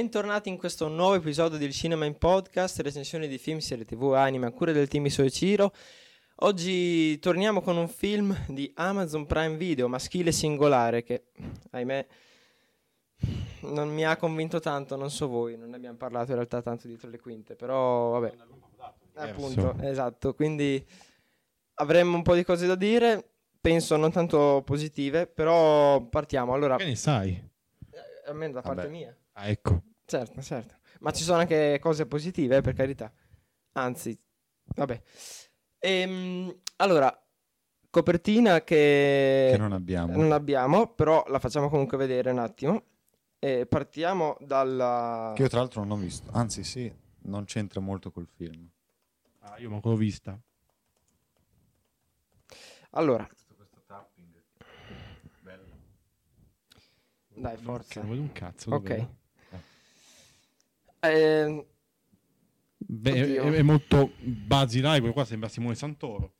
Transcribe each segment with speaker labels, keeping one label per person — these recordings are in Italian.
Speaker 1: Bentornati in questo nuovo episodio del Cinema in Podcast, recensione di film, serie tv, anime, a cura del team Iso e Ciro. Oggi torniamo con un film di Amazon Prime Video, maschile singolare, che ahimè non mi ha convinto tanto, non so voi, non ne abbiamo parlato in realtà tanto dietro le quinte, però vabbè. Appunto, esatto, quindi avremmo un po' di cose da dire, penso non tanto positive, però partiamo. Allora,
Speaker 2: Che ne sai?
Speaker 1: eh, almeno da parte
Speaker 3: Vabbè.
Speaker 1: mia.
Speaker 2: Ah, ecco.
Speaker 1: Certo, certo. Ma ci sono anche cose positive, eh, per carità. Anzi, vabbè. Ehm, allora, copertina che,
Speaker 3: che non abbiamo.
Speaker 1: Eh, non abbiamo, però la facciamo comunque vedere un attimo. E partiamo dalla...
Speaker 3: Che io tra l'altro non ho visto. Anzi, sì, non c'entra molto col film.
Speaker 2: Ah, io manco l'ho vista.
Speaker 1: Allora,
Speaker 3: Questo tapping. Bello.
Speaker 1: dai,
Speaker 2: Non
Speaker 1: forza.
Speaker 2: cazzo, vedo un cazzo.
Speaker 1: Eh, Ok.
Speaker 2: davvero.
Speaker 1: Ehm,
Speaker 2: Beh, è,
Speaker 1: Oddio.
Speaker 2: è molto basilare, quello qua sembra Simone Santoro.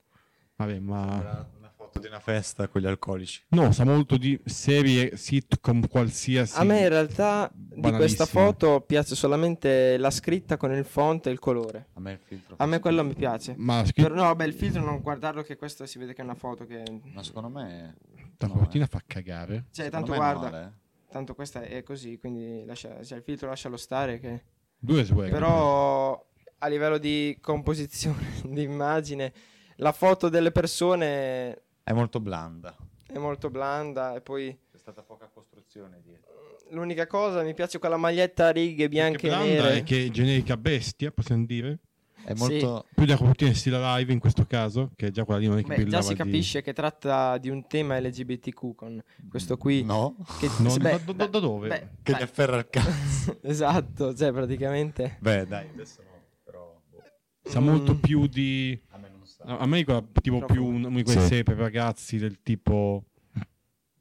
Speaker 2: Vabbè, ma...
Speaker 3: Una foto di una festa con gli alcolici.
Speaker 2: No, sa molto di serie sitcom qualsiasi.
Speaker 1: a me in realtà di questa
Speaker 2: banalissime.
Speaker 1: foto piace solamente la scritta con il font e il colore.
Speaker 3: A me il filtro.
Speaker 1: A me quello mi piace.
Speaker 2: Ma scritto
Speaker 1: Però no, vabbè, il filtro non guardarlo che questa si vede che è una foto che...
Speaker 3: Ma secondo me.
Speaker 2: la
Speaker 3: no,
Speaker 2: copertina
Speaker 3: eh.
Speaker 2: fa cagare.
Speaker 1: Cioè,
Speaker 3: Secondo
Speaker 1: tanto
Speaker 3: me è
Speaker 1: guarda,
Speaker 3: male, eh.
Speaker 1: tanto questa è così, quindi lascia, cioè, il filtro lascialo stare. Che...
Speaker 2: Due swag.
Speaker 1: Però a livello di composizione, di immagine, la foto delle persone
Speaker 3: È molto blanda.
Speaker 1: è molto blanda e poi
Speaker 3: C'è stata poca costruzione dietro.
Speaker 1: l'unica cosa, mi piace quella maglietta a righe bianche
Speaker 2: Che
Speaker 1: e
Speaker 2: blanda
Speaker 1: nere.
Speaker 2: è che è generica bestia, possiamo dire.
Speaker 3: È
Speaker 1: Sì.
Speaker 3: molto.
Speaker 2: Più della copertina in stile live in questo caso, che è già quella lì non è che
Speaker 1: Beh, già
Speaker 2: brillava
Speaker 1: si
Speaker 2: di-
Speaker 1: capisce che tratta di un tema LGBTQ con questo qui.
Speaker 3: No.
Speaker 1: Che,
Speaker 2: No,
Speaker 1: sì,
Speaker 2: da-
Speaker 1: beh,
Speaker 2: da- da- da dove?
Speaker 1: beh,
Speaker 3: Che gli
Speaker 1: dai.
Speaker 3: afferra il cazzo.
Speaker 1: esatto, cioè praticamente...
Speaker 3: Beh, dai, adesso no. Però. boh,
Speaker 2: Sa molto
Speaker 1: Mm.
Speaker 2: più di...
Speaker 3: a me non sa.
Speaker 2: A a me ricorda tipo
Speaker 1: Troppo.
Speaker 2: più un, uno di quei
Speaker 3: Sì.
Speaker 2: serie per ragazzi del tipo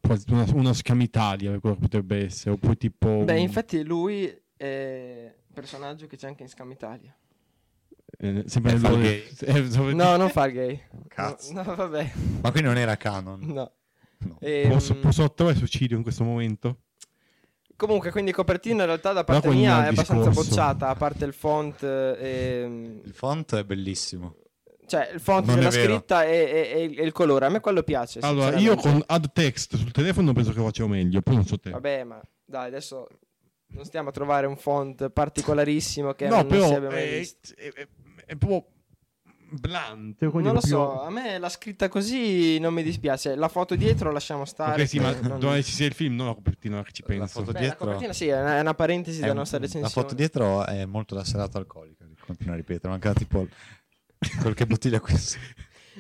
Speaker 2: quasi una, una scamitalia quello che potrebbe essere oppure tipo
Speaker 1: Beh,
Speaker 2: un-
Speaker 1: infatti lui è un personaggio che c'è anche in Scam Italia.
Speaker 2: eh, sempre
Speaker 3: Eh,
Speaker 2: nel
Speaker 3: fa il
Speaker 2: loro-
Speaker 3: gay.
Speaker 2: eh, dove-
Speaker 1: No, non fa il gay.
Speaker 3: Cazzo.
Speaker 1: No, no, vabbè.
Speaker 3: Ma qui non era canon.
Speaker 1: No.
Speaker 3: No.
Speaker 1: Ehm,
Speaker 2: Mm. posso, posso ottenere suicidio in questo momento
Speaker 1: Comunque, quindi copertina in realtà da
Speaker 2: Però
Speaker 1: parte
Speaker 2: quello è
Speaker 1: mia
Speaker 2: il
Speaker 1: è abbastanza
Speaker 2: discorso.
Speaker 1: bocciata, a parte il font. ehm,
Speaker 3: Il font è bellissimo.
Speaker 1: cioè, il font
Speaker 3: Non è
Speaker 1: della
Speaker 3: vero.
Speaker 1: scritta e, e- e il- e il colore. A me quello piace.
Speaker 2: allora io
Speaker 1: sinceramente.
Speaker 2: con ad text sul telefono penso che facevo meglio poi non so te
Speaker 1: Vabbè, ma dai, adesso non stiamo a trovare un font particolarissimo che non
Speaker 2: no
Speaker 1: si
Speaker 2: però
Speaker 1: abbia mai
Speaker 2: è,
Speaker 1: visto.
Speaker 2: è- è- è proprio blante quindi
Speaker 1: Non lo
Speaker 2: proprio-
Speaker 1: so, a me la scritta così non mi dispiace. La foto dietro lasciamo stare.
Speaker 2: ok sì ma
Speaker 1: che eh, non-
Speaker 2: dove ci sia il film non la copertina ora che ci
Speaker 3: La
Speaker 2: penso
Speaker 3: foto-
Speaker 1: Beh,
Speaker 3: dietro-
Speaker 1: La copertina sì, è una, è una parentesi
Speaker 3: È
Speaker 1: della
Speaker 3: un-
Speaker 1: nostra recensione.
Speaker 3: La foto dietro è molto da serata alcolica. Continuo a ripetere, manca tipo qualche bottiglia questa.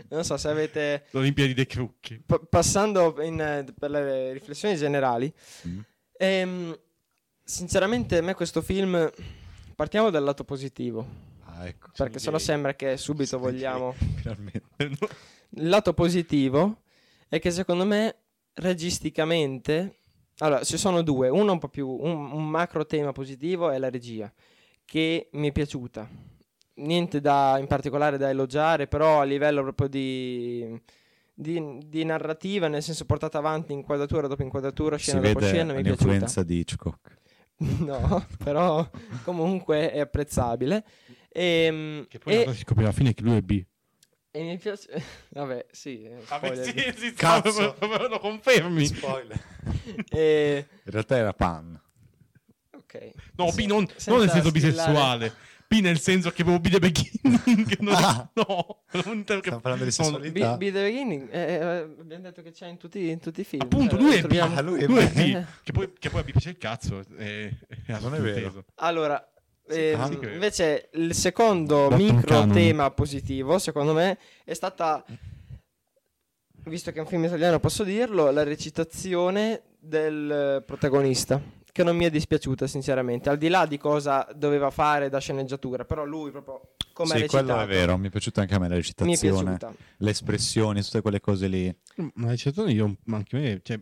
Speaker 1: Non so se avete...
Speaker 2: l'Olimpiadi dei Crucchi
Speaker 1: pa- passando in, eh, per le riflessioni generali,
Speaker 3: Mm.
Speaker 1: ehm, sinceramente a me questo film... Partiamo dal lato positivo,
Speaker 3: Ah, ecco.
Speaker 1: perché sennò
Speaker 2: gay.
Speaker 1: sembra che Eh, subito
Speaker 3: Sono
Speaker 1: vogliamo...
Speaker 3: gay, Finalmente.
Speaker 1: Il lato positivo è che secondo me registicamente... Allora, ci sono due. Uno un po' più... Un, un macro tema positivo è la regia, che mi è piaciuta. Niente da, in particolare da elogiare, però a livello proprio di... Di, di narrativa, nel senso portata avanti inquadratura dopo inquadratura,
Speaker 3: Si
Speaker 1: scena dopo
Speaker 3: vede
Speaker 1: scena, mi è piaciuta.
Speaker 3: l'influenza di Hitchcock.
Speaker 1: No, però comunque è apprezzabile. Ehm,
Speaker 2: che poi in
Speaker 1: e,
Speaker 2: realtà si scopre alla fine che lui è B
Speaker 1: e mi piace. Vabbè, sì. eh, spoiler.
Speaker 2: Ah, sì,
Speaker 3: Cazzo.
Speaker 2: lo confermi.
Speaker 3: Spoiler.
Speaker 1: Eh,
Speaker 3: In realtà era Pan.
Speaker 1: ok.
Speaker 2: No, B non,
Speaker 1: Senza
Speaker 2: non nel senso
Speaker 1: sfilare.
Speaker 2: bisessuale. B nel senso che avevo B the beginning. che non-
Speaker 3: Ah.
Speaker 2: No, non te-
Speaker 3: Stiamo parlando di
Speaker 2: sono-
Speaker 3: sessualità.
Speaker 1: Be, Be the Beginning, eh, eh, abbiamo detto che c'è in tutti, in tutti i film.
Speaker 2: Appunto,
Speaker 1: Cioè,
Speaker 2: lui è,
Speaker 1: troviamo-
Speaker 3: Ah, lui è
Speaker 2: lui è
Speaker 3: B.
Speaker 2: B. Che poi, che poi a B piace il cazzo. eh, eh,
Speaker 3: Non è vero.
Speaker 1: Allora,
Speaker 2: Sì,
Speaker 1: ehm,
Speaker 3: ah, sì
Speaker 2: che-
Speaker 1: invece il secondo
Speaker 2: Bottom
Speaker 1: micro
Speaker 2: canon.
Speaker 1: tema positivo, secondo me, è stata, visto che è un film italiano posso dirlo, la recitazione del eh, protagonista, che non mi è dispiaciuta sinceramente, al di là di cosa doveva fare da sceneggiatura, però lui proprio come ha
Speaker 3: sì, quello è
Speaker 1: recitato
Speaker 3: vero. Mi è piaciuta anche a me la
Speaker 1: mi è
Speaker 3: recitazione.
Speaker 1: piaciuta.
Speaker 3: Le espressioni, tutte quelle cose lì.
Speaker 2: Ma certo io, ma anche me, cioè...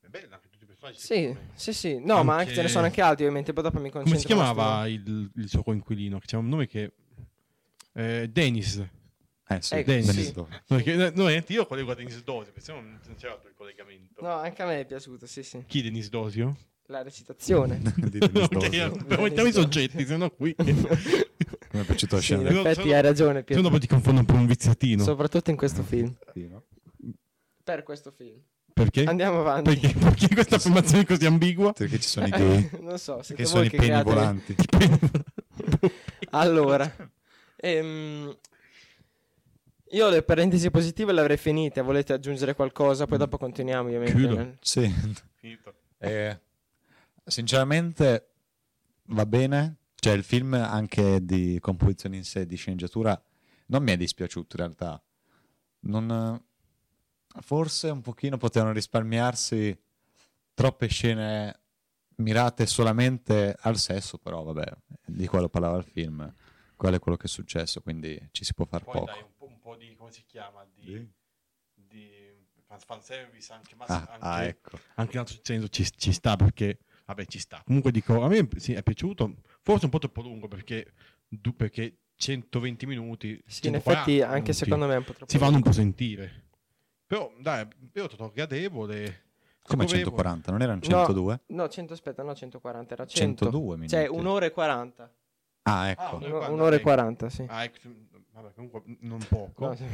Speaker 2: È bella anche tutti i personaggi.
Speaker 1: Sì, sì, sì, no, ma anche
Speaker 2: Anche-
Speaker 1: ce ne sono anche altri ovviamente, poi dopo mi concentro.
Speaker 2: Come si
Speaker 1: su-
Speaker 2: chiamava il, il suo coinquilino? Che c'è un nome che... Eh, Dennis.
Speaker 3: Eh sì,
Speaker 1: Ecco,
Speaker 3: Dennis
Speaker 2: sì.
Speaker 3: Dover.
Speaker 2: No, che- eh, no, niente, io collego a Dennis Dosio, perché se no non c'era altro il collegamento.
Speaker 1: No, anche a me è piaciuto, sì, sì.
Speaker 2: Chi Dennis Dosio?
Speaker 1: La recitazione.
Speaker 3: Ditemi sto-
Speaker 1: Dio.
Speaker 2: Mettiamo i soggetti, sennò qui.
Speaker 3: Come è piaciuto la
Speaker 1: Sì, in
Speaker 3: scena?
Speaker 2: no.
Speaker 1: effetti
Speaker 2: Sono-
Speaker 1: hai ragione,
Speaker 2: Se no
Speaker 1: Pietro.
Speaker 2: poi ti confondo un po' un viziatino.
Speaker 1: Soprattutto in
Speaker 2: Ah.
Speaker 1: questo film.
Speaker 3: Sì, no?
Speaker 1: Per questo film.
Speaker 2: Perché?
Speaker 1: Andiamo avanti.
Speaker 2: Perché? Perché questa affermazione così ambigua?
Speaker 3: Perché ci sono i gay?
Speaker 1: non so, siete
Speaker 3: Perché sono
Speaker 1: voi
Speaker 3: i
Speaker 1: che
Speaker 3: peni
Speaker 1: create-
Speaker 3: volanti?
Speaker 1: Allora, ehm, io le parentesi positive le avrei finite. Volete aggiungere qualcosa? Poi dopo continuiamo, ovviamente.
Speaker 2: Mm. Chiudo.
Speaker 3: Sì. Eh, sinceramente va bene. Cioè, il film anche di composizione in sé, di sceneggiatura, non mi è dispiaciuto in realtà. Non, forse un pochino potevano risparmiarsi troppe scene mirate solamente al sesso, però vabbè, di quello parlava il film. Quello è quello che è successo, quindi ci si può far
Speaker 4: Poi
Speaker 3: poco.
Speaker 4: dai un po', un po' di come si chiama? Di, di fan- fanservice anche, ma
Speaker 3: Ah,
Speaker 4: anche
Speaker 3: ah, ecco.
Speaker 2: Anche in altro senso ci, ci sta perché... Vabbè, ci sta. Comunque dico, a me sì, è piaciuto. Forse un po' troppo lungo perché... du- perché 120 minuti...
Speaker 1: Sì, in
Speaker 2: 140
Speaker 1: effetti anche
Speaker 2: minuti,
Speaker 1: secondo me è un po' troppo.
Speaker 2: Si fanno un
Speaker 1: lungo.
Speaker 2: po' sentire. Però, dai, io ho trovato gradevole.
Speaker 3: Come
Speaker 2: Dovevo-
Speaker 3: 140? Non erano
Speaker 1: No.
Speaker 3: 102?
Speaker 1: No, 100, aspetta, no 140, era 100.
Speaker 3: 102 minuti.
Speaker 1: Cioè, un'ora e 40.
Speaker 3: Ah, ecco.
Speaker 1: Uno-
Speaker 4: Un'ora e quaranta, ecco.
Speaker 1: Un'ora e 40, sì.
Speaker 4: Ah, ecco, vabbè, comunque non poco.
Speaker 1: No, sì.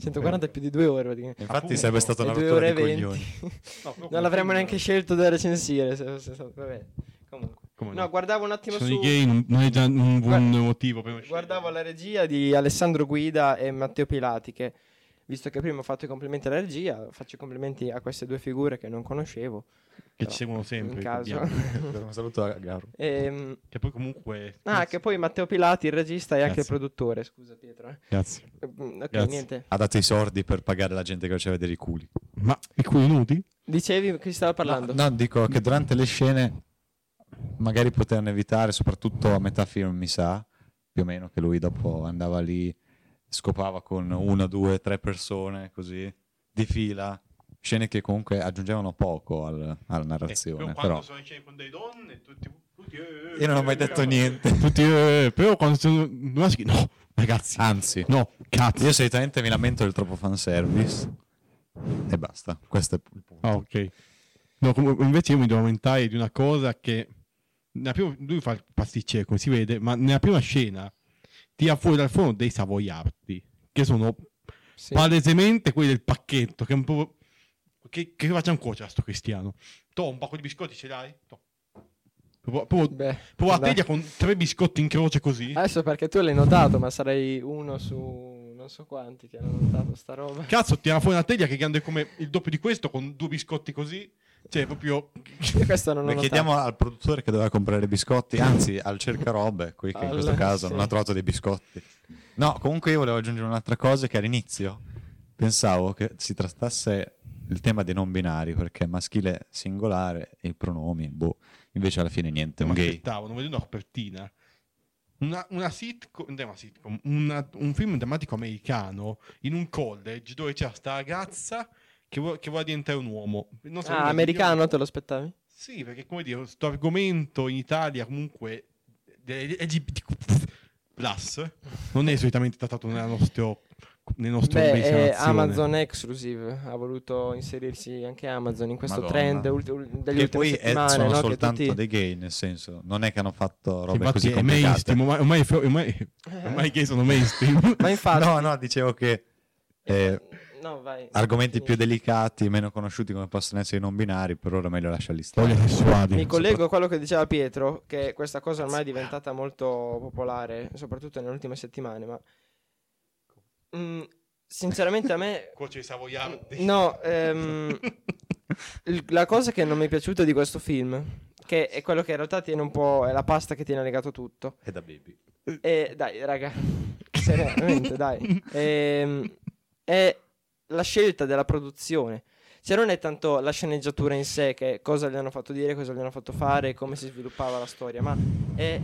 Speaker 1: 140 è più di due ore praticamente.
Speaker 3: Infatti
Speaker 4: Appunto.
Speaker 3: sarebbe stata
Speaker 1: E
Speaker 3: una
Speaker 1: due
Speaker 3: rottura
Speaker 1: ore
Speaker 3: di
Speaker 1: e venti.
Speaker 3: coglioni.
Speaker 4: No, però
Speaker 1: non l'avremmo
Speaker 4: comunque-
Speaker 1: neanche scelto da recensire. se fosse stato- vabbè. Comunque.
Speaker 2: Come
Speaker 1: No, guardavo un attimo
Speaker 2: sono
Speaker 1: su...
Speaker 2: i gay, non, non è già un buon
Speaker 1: Guarda-
Speaker 2: motivo per uscire.
Speaker 1: Guardavo la regia di Alessandro Guida e Matteo Pilati che, visto che prima ho fatto i complimenti alla regia, faccio i complimenti a queste due figure che non conoscevo.
Speaker 2: che
Speaker 1: però,
Speaker 2: ci seguono sempre.
Speaker 1: in caso.
Speaker 2: ricordiamo.
Speaker 3: Un saluto a Garo.
Speaker 1: Ehm,
Speaker 2: Che poi comunque...
Speaker 1: ah, che poi Matteo Pilati, il regista, e anche il
Speaker 2: Grazie.
Speaker 1: produttore. Scusa Pietro. eh.
Speaker 2: Grazie.
Speaker 1: Mm, Ok,
Speaker 2: Grazie.
Speaker 1: niente.
Speaker 3: Ha dato i sordi per pagare la gente che faceva vedere i culi.
Speaker 2: Ma i culi nudi?
Speaker 1: Dicevi che stava parlando?
Speaker 3: No, no, dico che durante le scene magari potevano evitare, soprattutto a metà film, mi sa, più o meno, che lui dopo andava lì, scopava con una, due, tre persone, così, di fila. Scene che comunque aggiungevano poco al- alla narrazione,
Speaker 4: quando
Speaker 3: però...
Speaker 4: sono in scena con delle donne, tutti... tutti eh,
Speaker 3: Io non ho mai
Speaker 4: eh,
Speaker 3: detto
Speaker 4: eh,
Speaker 3: niente.
Speaker 2: Tutti, eh, però quando sono maschi, no, ragazzi,
Speaker 3: Anzi,
Speaker 2: no, cazzo.
Speaker 3: io solitamente mi lamento del troppo fanservice. E basta, questo è il punto.
Speaker 2: Ah, ok. No, comunque, invece io mi devo lamentare di una cosa che nella prima- lui fa il pasticcio, come si vede, ma nella prima scena tira fuori dal forno dei savoiardi, che sono
Speaker 1: Sì.
Speaker 2: palesemente quelli del pacchetto, che è un po'... Che, che facciamo cuocere a sto cristiano? To, un pacco di biscotti ce l'hai? To. Proprio, proprio-
Speaker 1: Beh,
Speaker 2: proprio a
Speaker 1: dai.
Speaker 2: teglia con tre biscotti in croce così.
Speaker 1: Adesso perché tu l'hai notato, ma sarei uno su non so quanti che hanno notato sta roba.
Speaker 2: Cazzo, tira fuori una teglia che è grande come il doppio di questo, con due biscotti così. Cioè, proprio.
Speaker 1: Io questo non l'ho
Speaker 3: Beh,
Speaker 1: notato.
Speaker 3: chiediamo al produttore che doveva comprare i biscotti, anzi al cercarobe, qui che in
Speaker 1: Al-
Speaker 3: questo caso
Speaker 1: sì.
Speaker 3: non ha trovato dei biscotti. No, comunque io volevo aggiungere un'altra cosa che all'inizio pensavo che si trattasse il tema dei non binari, perché maschile singolare e i pronomi, boh, invece alla fine niente,
Speaker 2: Non
Speaker 3: un
Speaker 2: mi
Speaker 3: gay.
Speaker 2: aspettavo, non vedo una copertina. Una, una sitcom, non è una sitcom, una- un film drammatico americano in un college dove c'è sta ragazza che vuole, che vuole diventare un uomo. Non so come
Speaker 1: Ah,
Speaker 2: si
Speaker 1: americano
Speaker 2: chiama.
Speaker 1: te lo aspettavi?
Speaker 2: Sì, perché come dire, questo argomento in Italia comunque eh, del LGBTQ plus non è solitamente trattato nel nostro, nel nostro
Speaker 1: Beh,
Speaker 2: paese,
Speaker 1: eh,
Speaker 2: nazione.
Speaker 1: Amazon Exclusive ha voluto inserirsi anche Amazon in questo
Speaker 3: Madonna.
Speaker 1: trend ult- ul- degli
Speaker 3: Che
Speaker 1: ultimi
Speaker 3: poi eh,
Speaker 1: settimane,
Speaker 3: sono
Speaker 1: no? Che
Speaker 3: soltanto
Speaker 1: tutti-
Speaker 3: dei gay, nel senso, non è che hanno fatto
Speaker 2: Che
Speaker 3: robe
Speaker 2: infatti
Speaker 3: così
Speaker 2: è
Speaker 3: complicate.
Speaker 2: mainstream, ormai, ormai, ormai, ormai i gay sono mainstream.
Speaker 1: Ma infatti,
Speaker 3: No, no, dicevo che... eh,
Speaker 1: no, vai.
Speaker 3: Argomenti
Speaker 1: Finisci.
Speaker 3: più delicati, meno conosciuti come possono essere i non binari, per ora meglio lasciarli
Speaker 2: Voglio
Speaker 3: stare.
Speaker 2: sessuali.
Speaker 1: Mi collego a quello che diceva Pietro, che questa cosa ormai è diventata molto popolare, soprattutto nelle ultime settimane, ma Mm, sinceramente a me
Speaker 4: Cuoce i savoiardi.
Speaker 1: No, ehm, il- la cosa che non mi è piaciuta di questo film, che è quello che in realtà tiene un po', è la pasta che tiene legato tutto.
Speaker 3: È da baby.
Speaker 1: E dai, raga, seriamente, dai. Ehm, è la scelta della produzione. Cioè non è tanto la sceneggiatura in sé, che cosa gli hanno fatto dire, cosa gli hanno fatto fare, come si sviluppava la storia, ma è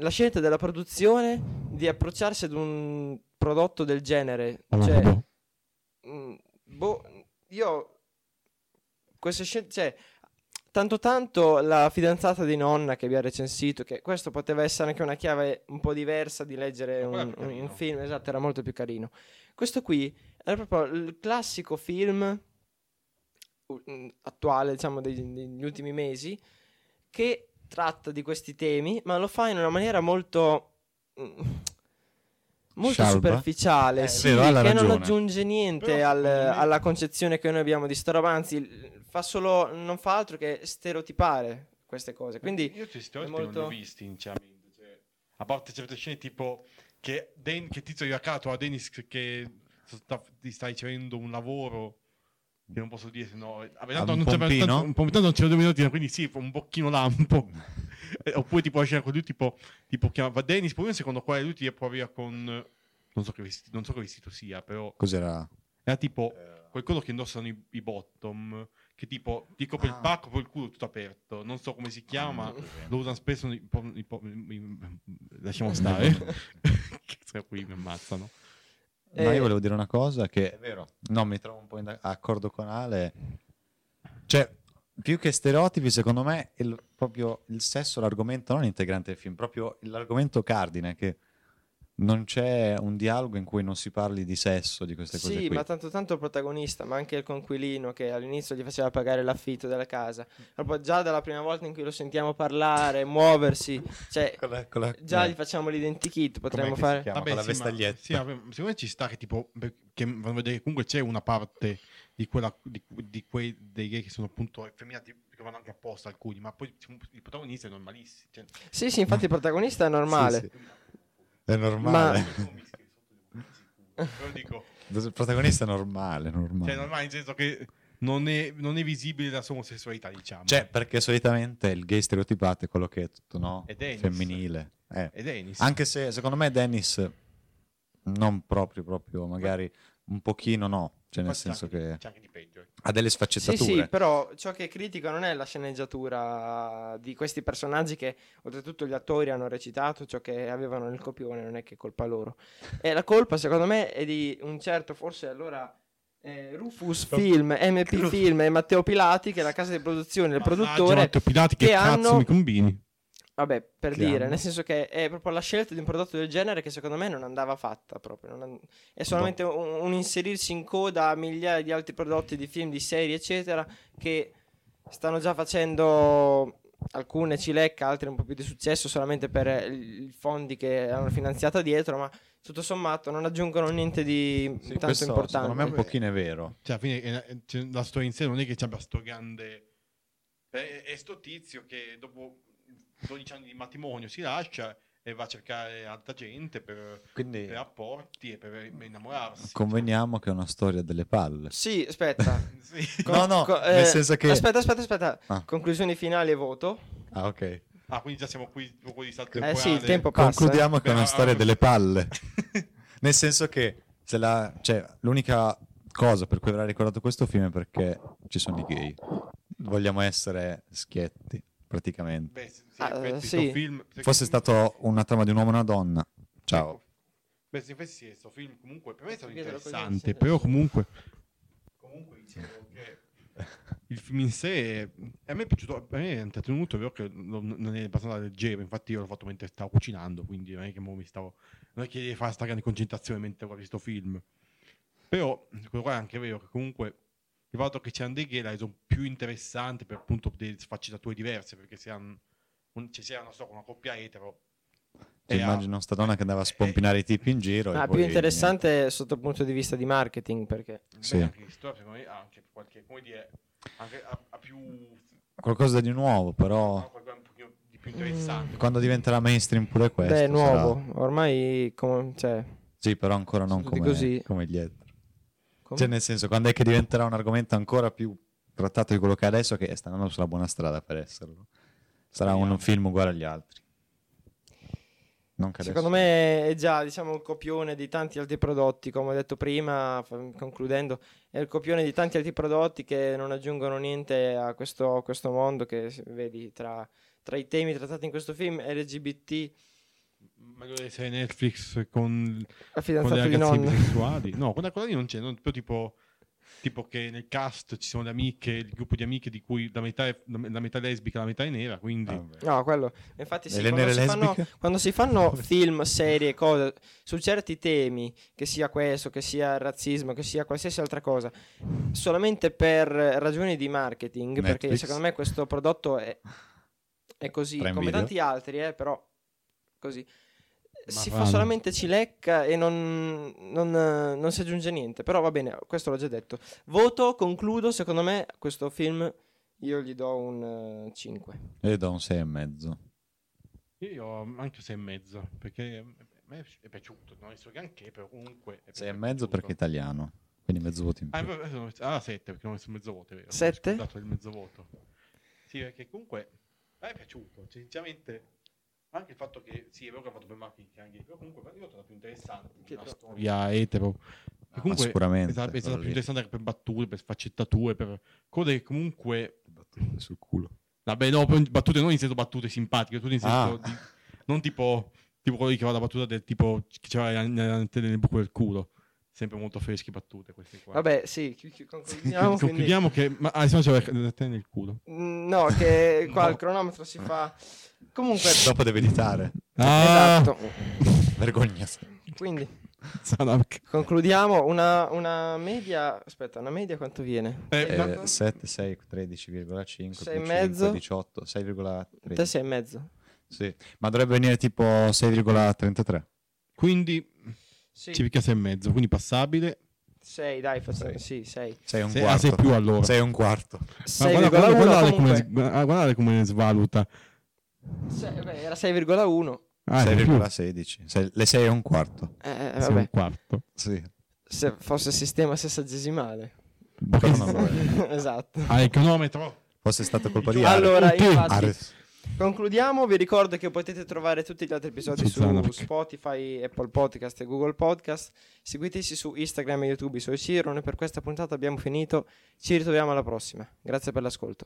Speaker 1: la scelta della produzione di approcciarsi ad un prodotto del genere. Cioè,
Speaker 2: Orlando.
Speaker 1: Mm, boh, io queste scelte, cioè, tanto tanto la fidanzata di nonna che abbiamo recensito, che questo poteva essere anche una chiave un po' diversa di leggere
Speaker 4: Ma quello
Speaker 1: un,
Speaker 4: era più
Speaker 1: un- un
Speaker 4: carino.
Speaker 1: film, esatto, era molto più carino. Questo qui era proprio il classico film mm, attuale, diciamo, dei- degli ultimi mesi, che tratta di questi temi, ma lo fa in una maniera molto... mm, Molto
Speaker 3: Scialba?
Speaker 1: superficiale,
Speaker 3: Eh,
Speaker 1: sì,
Speaker 3: vero,
Speaker 1: che
Speaker 3: ha
Speaker 1: non
Speaker 3: ragione. mm,
Speaker 1: aggiunge niente
Speaker 2: Però,
Speaker 1: al-
Speaker 2: secondo me-
Speaker 1: alla concezione che noi abbiamo di Starov, anzi, l- fa solo, non fa altro che stereotipare queste cose. Quindi,
Speaker 2: Io questi
Speaker 1: è
Speaker 2: stereotipi
Speaker 1: molto-
Speaker 2: non li ho visti, sinceramente. Cioè, a parte certe scene tipo che, Den- che Tizio Iacato a Dennis che sta- ti sta ricevendo un lavoro che non posso dire se no... Vabbè, tanto
Speaker 3: Un
Speaker 2: non c'è-
Speaker 3: pompino?
Speaker 2: tanto- Un pompino non c'è due minuti, quindi sì, un bocchino lampo. Eh, Oppure tipo la scena con lui tipo, tipo chiama, va Dennis, poi secondo quale lui ti approva via con... eh, Non so, che vestito, non so che vestito sia, però
Speaker 3: Cos'era?
Speaker 2: era tipo qualcuno che indossano i, i bottom, che tipo ti copre
Speaker 3: Ah.
Speaker 2: il pacco poi il culo tutto aperto, non so come si chiama,
Speaker 1: Ah,
Speaker 2: lo usano spesso i po- i po- i- lasciamo stare Cazzo, qui mi ammazzano
Speaker 3: No,
Speaker 1: eh,
Speaker 3: io volevo dire una cosa che... È vero. No, mi trovo un po' in da- accordo con Ale. Cioè, più che stereotipi, secondo me, il, proprio il sesso, l'argomento non integrante del film, proprio l'argomento cardine, che non c'è un dialogo in cui non si parli di sesso, di queste cose
Speaker 1: Sì,
Speaker 3: qui.
Speaker 1: ma tanto tanto il protagonista, ma anche il conquilino che all'inizio gli faceva pagare l'affitto della casa. Proprio già dalla prima volta in cui lo sentiamo parlare, muoversi, cioè
Speaker 3: Con la- con la-
Speaker 1: già
Speaker 3: eh,
Speaker 1: gli facciamo l'identikit, potremmo
Speaker 3: com'è che si
Speaker 1: fare...
Speaker 3: chiama? Con la
Speaker 2: sì, ma-
Speaker 3: vestaglietta.
Speaker 2: sì, ma secondo me ci sta che tipo che vanno a vedere che comunque c'è una parte di quella di, di quei dei gay che sono appunto effeminati che vanno anche apposta alcuni ma poi il protagonista è normalissimo cioè,
Speaker 1: Sì, sì, infatti il protagonista è normale.
Speaker 3: Sì, sì. È normale.
Speaker 2: però dico
Speaker 3: Il protagonista è normale, normale.
Speaker 2: cioè normale nel senso che non è, non è visibile la sua omosessualità diciamo
Speaker 3: Cioè, perché solitamente il gay stereotipato è quello che è tutto, no?
Speaker 2: È Dennis.
Speaker 3: Femminile. Eh.
Speaker 2: ed è Ennis
Speaker 3: Anche se, secondo me, Dennis non proprio, proprio, magari un pochino no. Cioè, nel
Speaker 2: Infatti c'è
Speaker 3: senso
Speaker 2: anche di-
Speaker 3: che
Speaker 2: c'è anche di peggio eh.
Speaker 3: ha delle
Speaker 1: Sì,
Speaker 3: sfaccettature.
Speaker 1: sì, però ciò che critico non è la sceneggiatura di questi personaggi che oltretutto gli attori hanno recitato ciò che avevano nel copione, non è che è colpa loro. E la colpa secondo me è di un certo, forse allora eh, Rufus Film, MP Film e Matteo Pilati che è la casa di produzione, il
Speaker 2: Mannaggia,
Speaker 1: produttore,
Speaker 2: Matteo Pilati, che,
Speaker 1: che
Speaker 2: cazzo
Speaker 1: hanno-
Speaker 2: mi combini
Speaker 1: vabbè per
Speaker 3: Che
Speaker 1: dire,
Speaker 3: hanno-
Speaker 1: nel senso che è proprio la scelta di un prodotto del genere che secondo me non andava fatta proprio, non an- è solamente
Speaker 3: Boh.
Speaker 1: un, un inserirsi in coda a migliaia di altri prodotti di film, di serie eccetera che stanno già facendo alcune cilecca, altre un po' più di successo solamente per eh, i fondi che hanno finanziata dietro, ma tutto sommato non aggiungono niente di
Speaker 3: Sì,
Speaker 1: tanto
Speaker 3: questo,
Speaker 1: importante.
Speaker 3: Secondo me un pochino è vero.
Speaker 2: cioè alla fine è- è- cioè, la storia in sé non è che ci abbia sto grande Eh, è, è sto tizio che dopo 12 anni di matrimonio si lascia e va a cercare altra gente per,
Speaker 3: Quindi
Speaker 2: per rapporti e per, per innamorarsi
Speaker 3: conveniamo che è una storia delle palle.
Speaker 1: Sì, aspetta. eh,
Speaker 2: Sì.
Speaker 3: No, no, nel senso che-
Speaker 1: Aspetta, aspetta, aspetta.
Speaker 3: Ah.
Speaker 1: Conclusioni finali e voto.
Speaker 3: Ah, ok.
Speaker 2: ah quindi già siamo qui un po' di salto
Speaker 1: Eh sì,
Speaker 2: temporale.
Speaker 1: il tempo passa.
Speaker 3: Concludiamo che è una
Speaker 2: Beh,
Speaker 3: storia
Speaker 2: ah,
Speaker 3: delle palle. Nel senso che se la- cioè, l'unica cosa per cui avrà ricordato questo film è perché ci sono i gay. Vogliamo essere schietti, praticamente.
Speaker 2: Beh, sì, sì,
Speaker 1: Ah,
Speaker 2: in effetti
Speaker 1: sì.
Speaker 2: sto film-
Speaker 3: Fosse stato una trama di un uomo e una donna. Ciao.
Speaker 2: Beh, se fessi questo film comunque per me è stato
Speaker 1: Chiedelo così,
Speaker 2: interessante,
Speaker 1: sì.
Speaker 2: però comunque comunque dicevo che il film in sé è- a me è piaciuto, a me è intrattenuto, è vero che non non è abbastanza leggero, infatti io l'ho fatto mentre stavo cucinando, quindi non è che mo mi stavo non è che devi fare sta grande concentrazione mentre guardi questo film. Però quello qua è anche vero che comunque il fatto che c'è Andeghe l'ha reso più interessante per appunto delle sfaccettature diverse, perché se hanno un, cioè, se hanno, non so, una coppia etero
Speaker 3: Cioè,
Speaker 2: e ha-
Speaker 3: immagino sta donna che andava a spompinare i tipi in giro. e
Speaker 1: Ah,
Speaker 3: poi-
Speaker 1: più interessante sotto il punto di vista di marketing perché
Speaker 3: Sì.
Speaker 2: Beh, anche Cristo, secondo me, ha anche qualche, come dire, anche ha, ha più,
Speaker 3: Qualcosa di nuovo,
Speaker 2: ha
Speaker 3: però.
Speaker 2: qualcosa un pochino di più interessante.
Speaker 3: Quando diventerà mainstream pure questo.
Speaker 1: beh, è
Speaker 3: sarà-
Speaker 1: nuovo, ormai com- cioè,
Speaker 3: Sì, però ancora non
Speaker 1: Sono tutti
Speaker 3: come,
Speaker 1: così.
Speaker 3: come gli etero.
Speaker 1: com-
Speaker 3: Cioè, nel senso, quando è che diventerà un argomento ancora più trattato di quello che è adesso, che sta andando sulla buona strada per esserlo. Sarà un film uguale agli altri. Non che
Speaker 1: secondo
Speaker 3: adesso-
Speaker 1: me è già diciamo il copione di tanti altri prodotti, come ho detto prima, f- concludendo, è il copione di tanti altri prodotti che non aggiungono niente a questo, a questo mondo che se- vedi tra, tra i temi trattati in questo film LGBT,
Speaker 2: Meglio delle serie Netflix con,
Speaker 1: la
Speaker 2: con le
Speaker 1: fidanzata di
Speaker 2: ragazze
Speaker 1: nonno.
Speaker 2: bisessuali. No, con quella lì non c'è, non, però tipo tipo che nel cast ci sono le amiche, il gruppo di amiche di cui la metà è, la metà è lesbica, la metà è nera, quindi
Speaker 3: Vabbè.
Speaker 1: No, quello. Infatti, sì,
Speaker 3: E le
Speaker 1: quando,
Speaker 3: nere
Speaker 1: si fanno,
Speaker 3: lesbiche?
Speaker 1: quando si fanno film, serie, cose su certi temi, che sia questo, che sia il razzismo, che sia qualsiasi altra cosa, solamente per ragioni di marketing, perché
Speaker 3: Netflix.
Speaker 1: secondo me questo prodotto è, è così,
Speaker 3: Prime
Speaker 1: come
Speaker 3: Video.
Speaker 1: tanti altri, eh, però così. Si fa
Speaker 2: vanno.
Speaker 1: solamente cilecca e non, non, eh, non si aggiunge niente. Però va bene, questo l'ho già detto. Voto, concludo. Secondo me, questo film io gli do un eh, 5.
Speaker 3: Io do un 6 e mezzo.
Speaker 2: io anche sei e mezzo, perché a me è piaciuto, non so neanche, però comunque... è
Speaker 3: 6 e
Speaker 2: piaciuto.
Speaker 3: mezzo perché è italiano, quindi mezzo voto in
Speaker 2: Ah,
Speaker 3: più.
Speaker 2: è vero, adesso non ho messo- ah, 7 perché non ho messo mezzo voto, è vero.
Speaker 1: Sette?
Speaker 2: Ho dato il mezzo voto. Sì, perché comunque mi è piaciuto, cioè, sinceramente anche il fatto che sì, è vero che ha fatto per marketing anche, però comunque io l'ho trovato più interessante
Speaker 1: Che
Speaker 2: la
Speaker 1: tro-
Speaker 2: storia Ah, etero.
Speaker 3: ma
Speaker 2: E comunque esatto,
Speaker 3: sicuramente,
Speaker 2: è stata, è stata
Speaker 3: quello
Speaker 2: più
Speaker 3: lì.
Speaker 2: interessante anche per battute, per sfaccettature, per cose che comunque
Speaker 3: Sul culo.
Speaker 2: vabbè, no, poi battute non in senso battute simpatiche, battute in senso
Speaker 3: Ah.
Speaker 2: di, non tipo tipo quello che fa la battuta del tipo che c'era nel, nel buco del culo. Sempre molto fresche battute queste qua.
Speaker 1: Vabbè, sì, chi- chi-
Speaker 2: Quindi
Speaker 1: concludiamo. quindi-
Speaker 2: concludiamo che ma ah, Alessandro ce l'aveva da te nel culo.
Speaker 1: Mm, No, che qua
Speaker 2: No.
Speaker 1: il cronometro si fa. Comunque,
Speaker 3: Dopo deve editare.
Speaker 1: esatto.
Speaker 3: Vergogna.
Speaker 1: Quindi
Speaker 2: Esatto.
Speaker 1: concludiamo. Una, una media. Aspetta, una media quanto viene?
Speaker 2: Eh,
Speaker 3: Eh,
Speaker 1: Quanto?
Speaker 3: 7, 6, 13,5,
Speaker 1: Sei e
Speaker 3: 5,
Speaker 1: mezzo?
Speaker 3: 18, 6,3.
Speaker 1: Te sei e mezzo.
Speaker 3: Sì. Ma dovrebbe venire tipo 6,33.
Speaker 2: Quindi
Speaker 1: Sì,
Speaker 2: ci picchia 6 e mezzo, quindi passabile.
Speaker 1: sei, dai, facciamo.
Speaker 3: Sei.
Speaker 1: Sì, sei.
Speaker 3: Sei un
Speaker 2: Se- ah,
Speaker 3: quarto.
Speaker 2: sei più allora.
Speaker 3: Sei un quarto.
Speaker 2: Ma guarda- guarda-
Speaker 1: 6,1
Speaker 2: guardate, come,
Speaker 1: comunque.
Speaker 2: guarda- guardate come svaluta.
Speaker 1: Se- beh, era 6,1.
Speaker 2: Ah, è più.
Speaker 3: 6,16. Sei- Le 6 e un quarto.
Speaker 1: Eh,
Speaker 2: Sei un
Speaker 1: vabbè,
Speaker 2: quarto.
Speaker 3: Sì.
Speaker 1: se fosse sistema sessagesimale.
Speaker 3: Però non vorrei.
Speaker 1: esatto.
Speaker 2: Ah, il cronometro.
Speaker 3: Fosse stata colpa di Ares.
Speaker 1: Allora,
Speaker 2: Tutti.
Speaker 1: infatti,
Speaker 3: Ares.
Speaker 1: Concludiamo, vi ricordo che potete trovare tutti gli altri episodi
Speaker 2: Su
Speaker 1: su
Speaker 2: Zanac.
Speaker 1: Spotify, Apple Podcast e Google Podcast. Seguiteci su Instagram e YouTube, su Ciron e per questa puntata abbiamo finito. Ci ritroviamo alla prossima. Grazie per l'ascolto.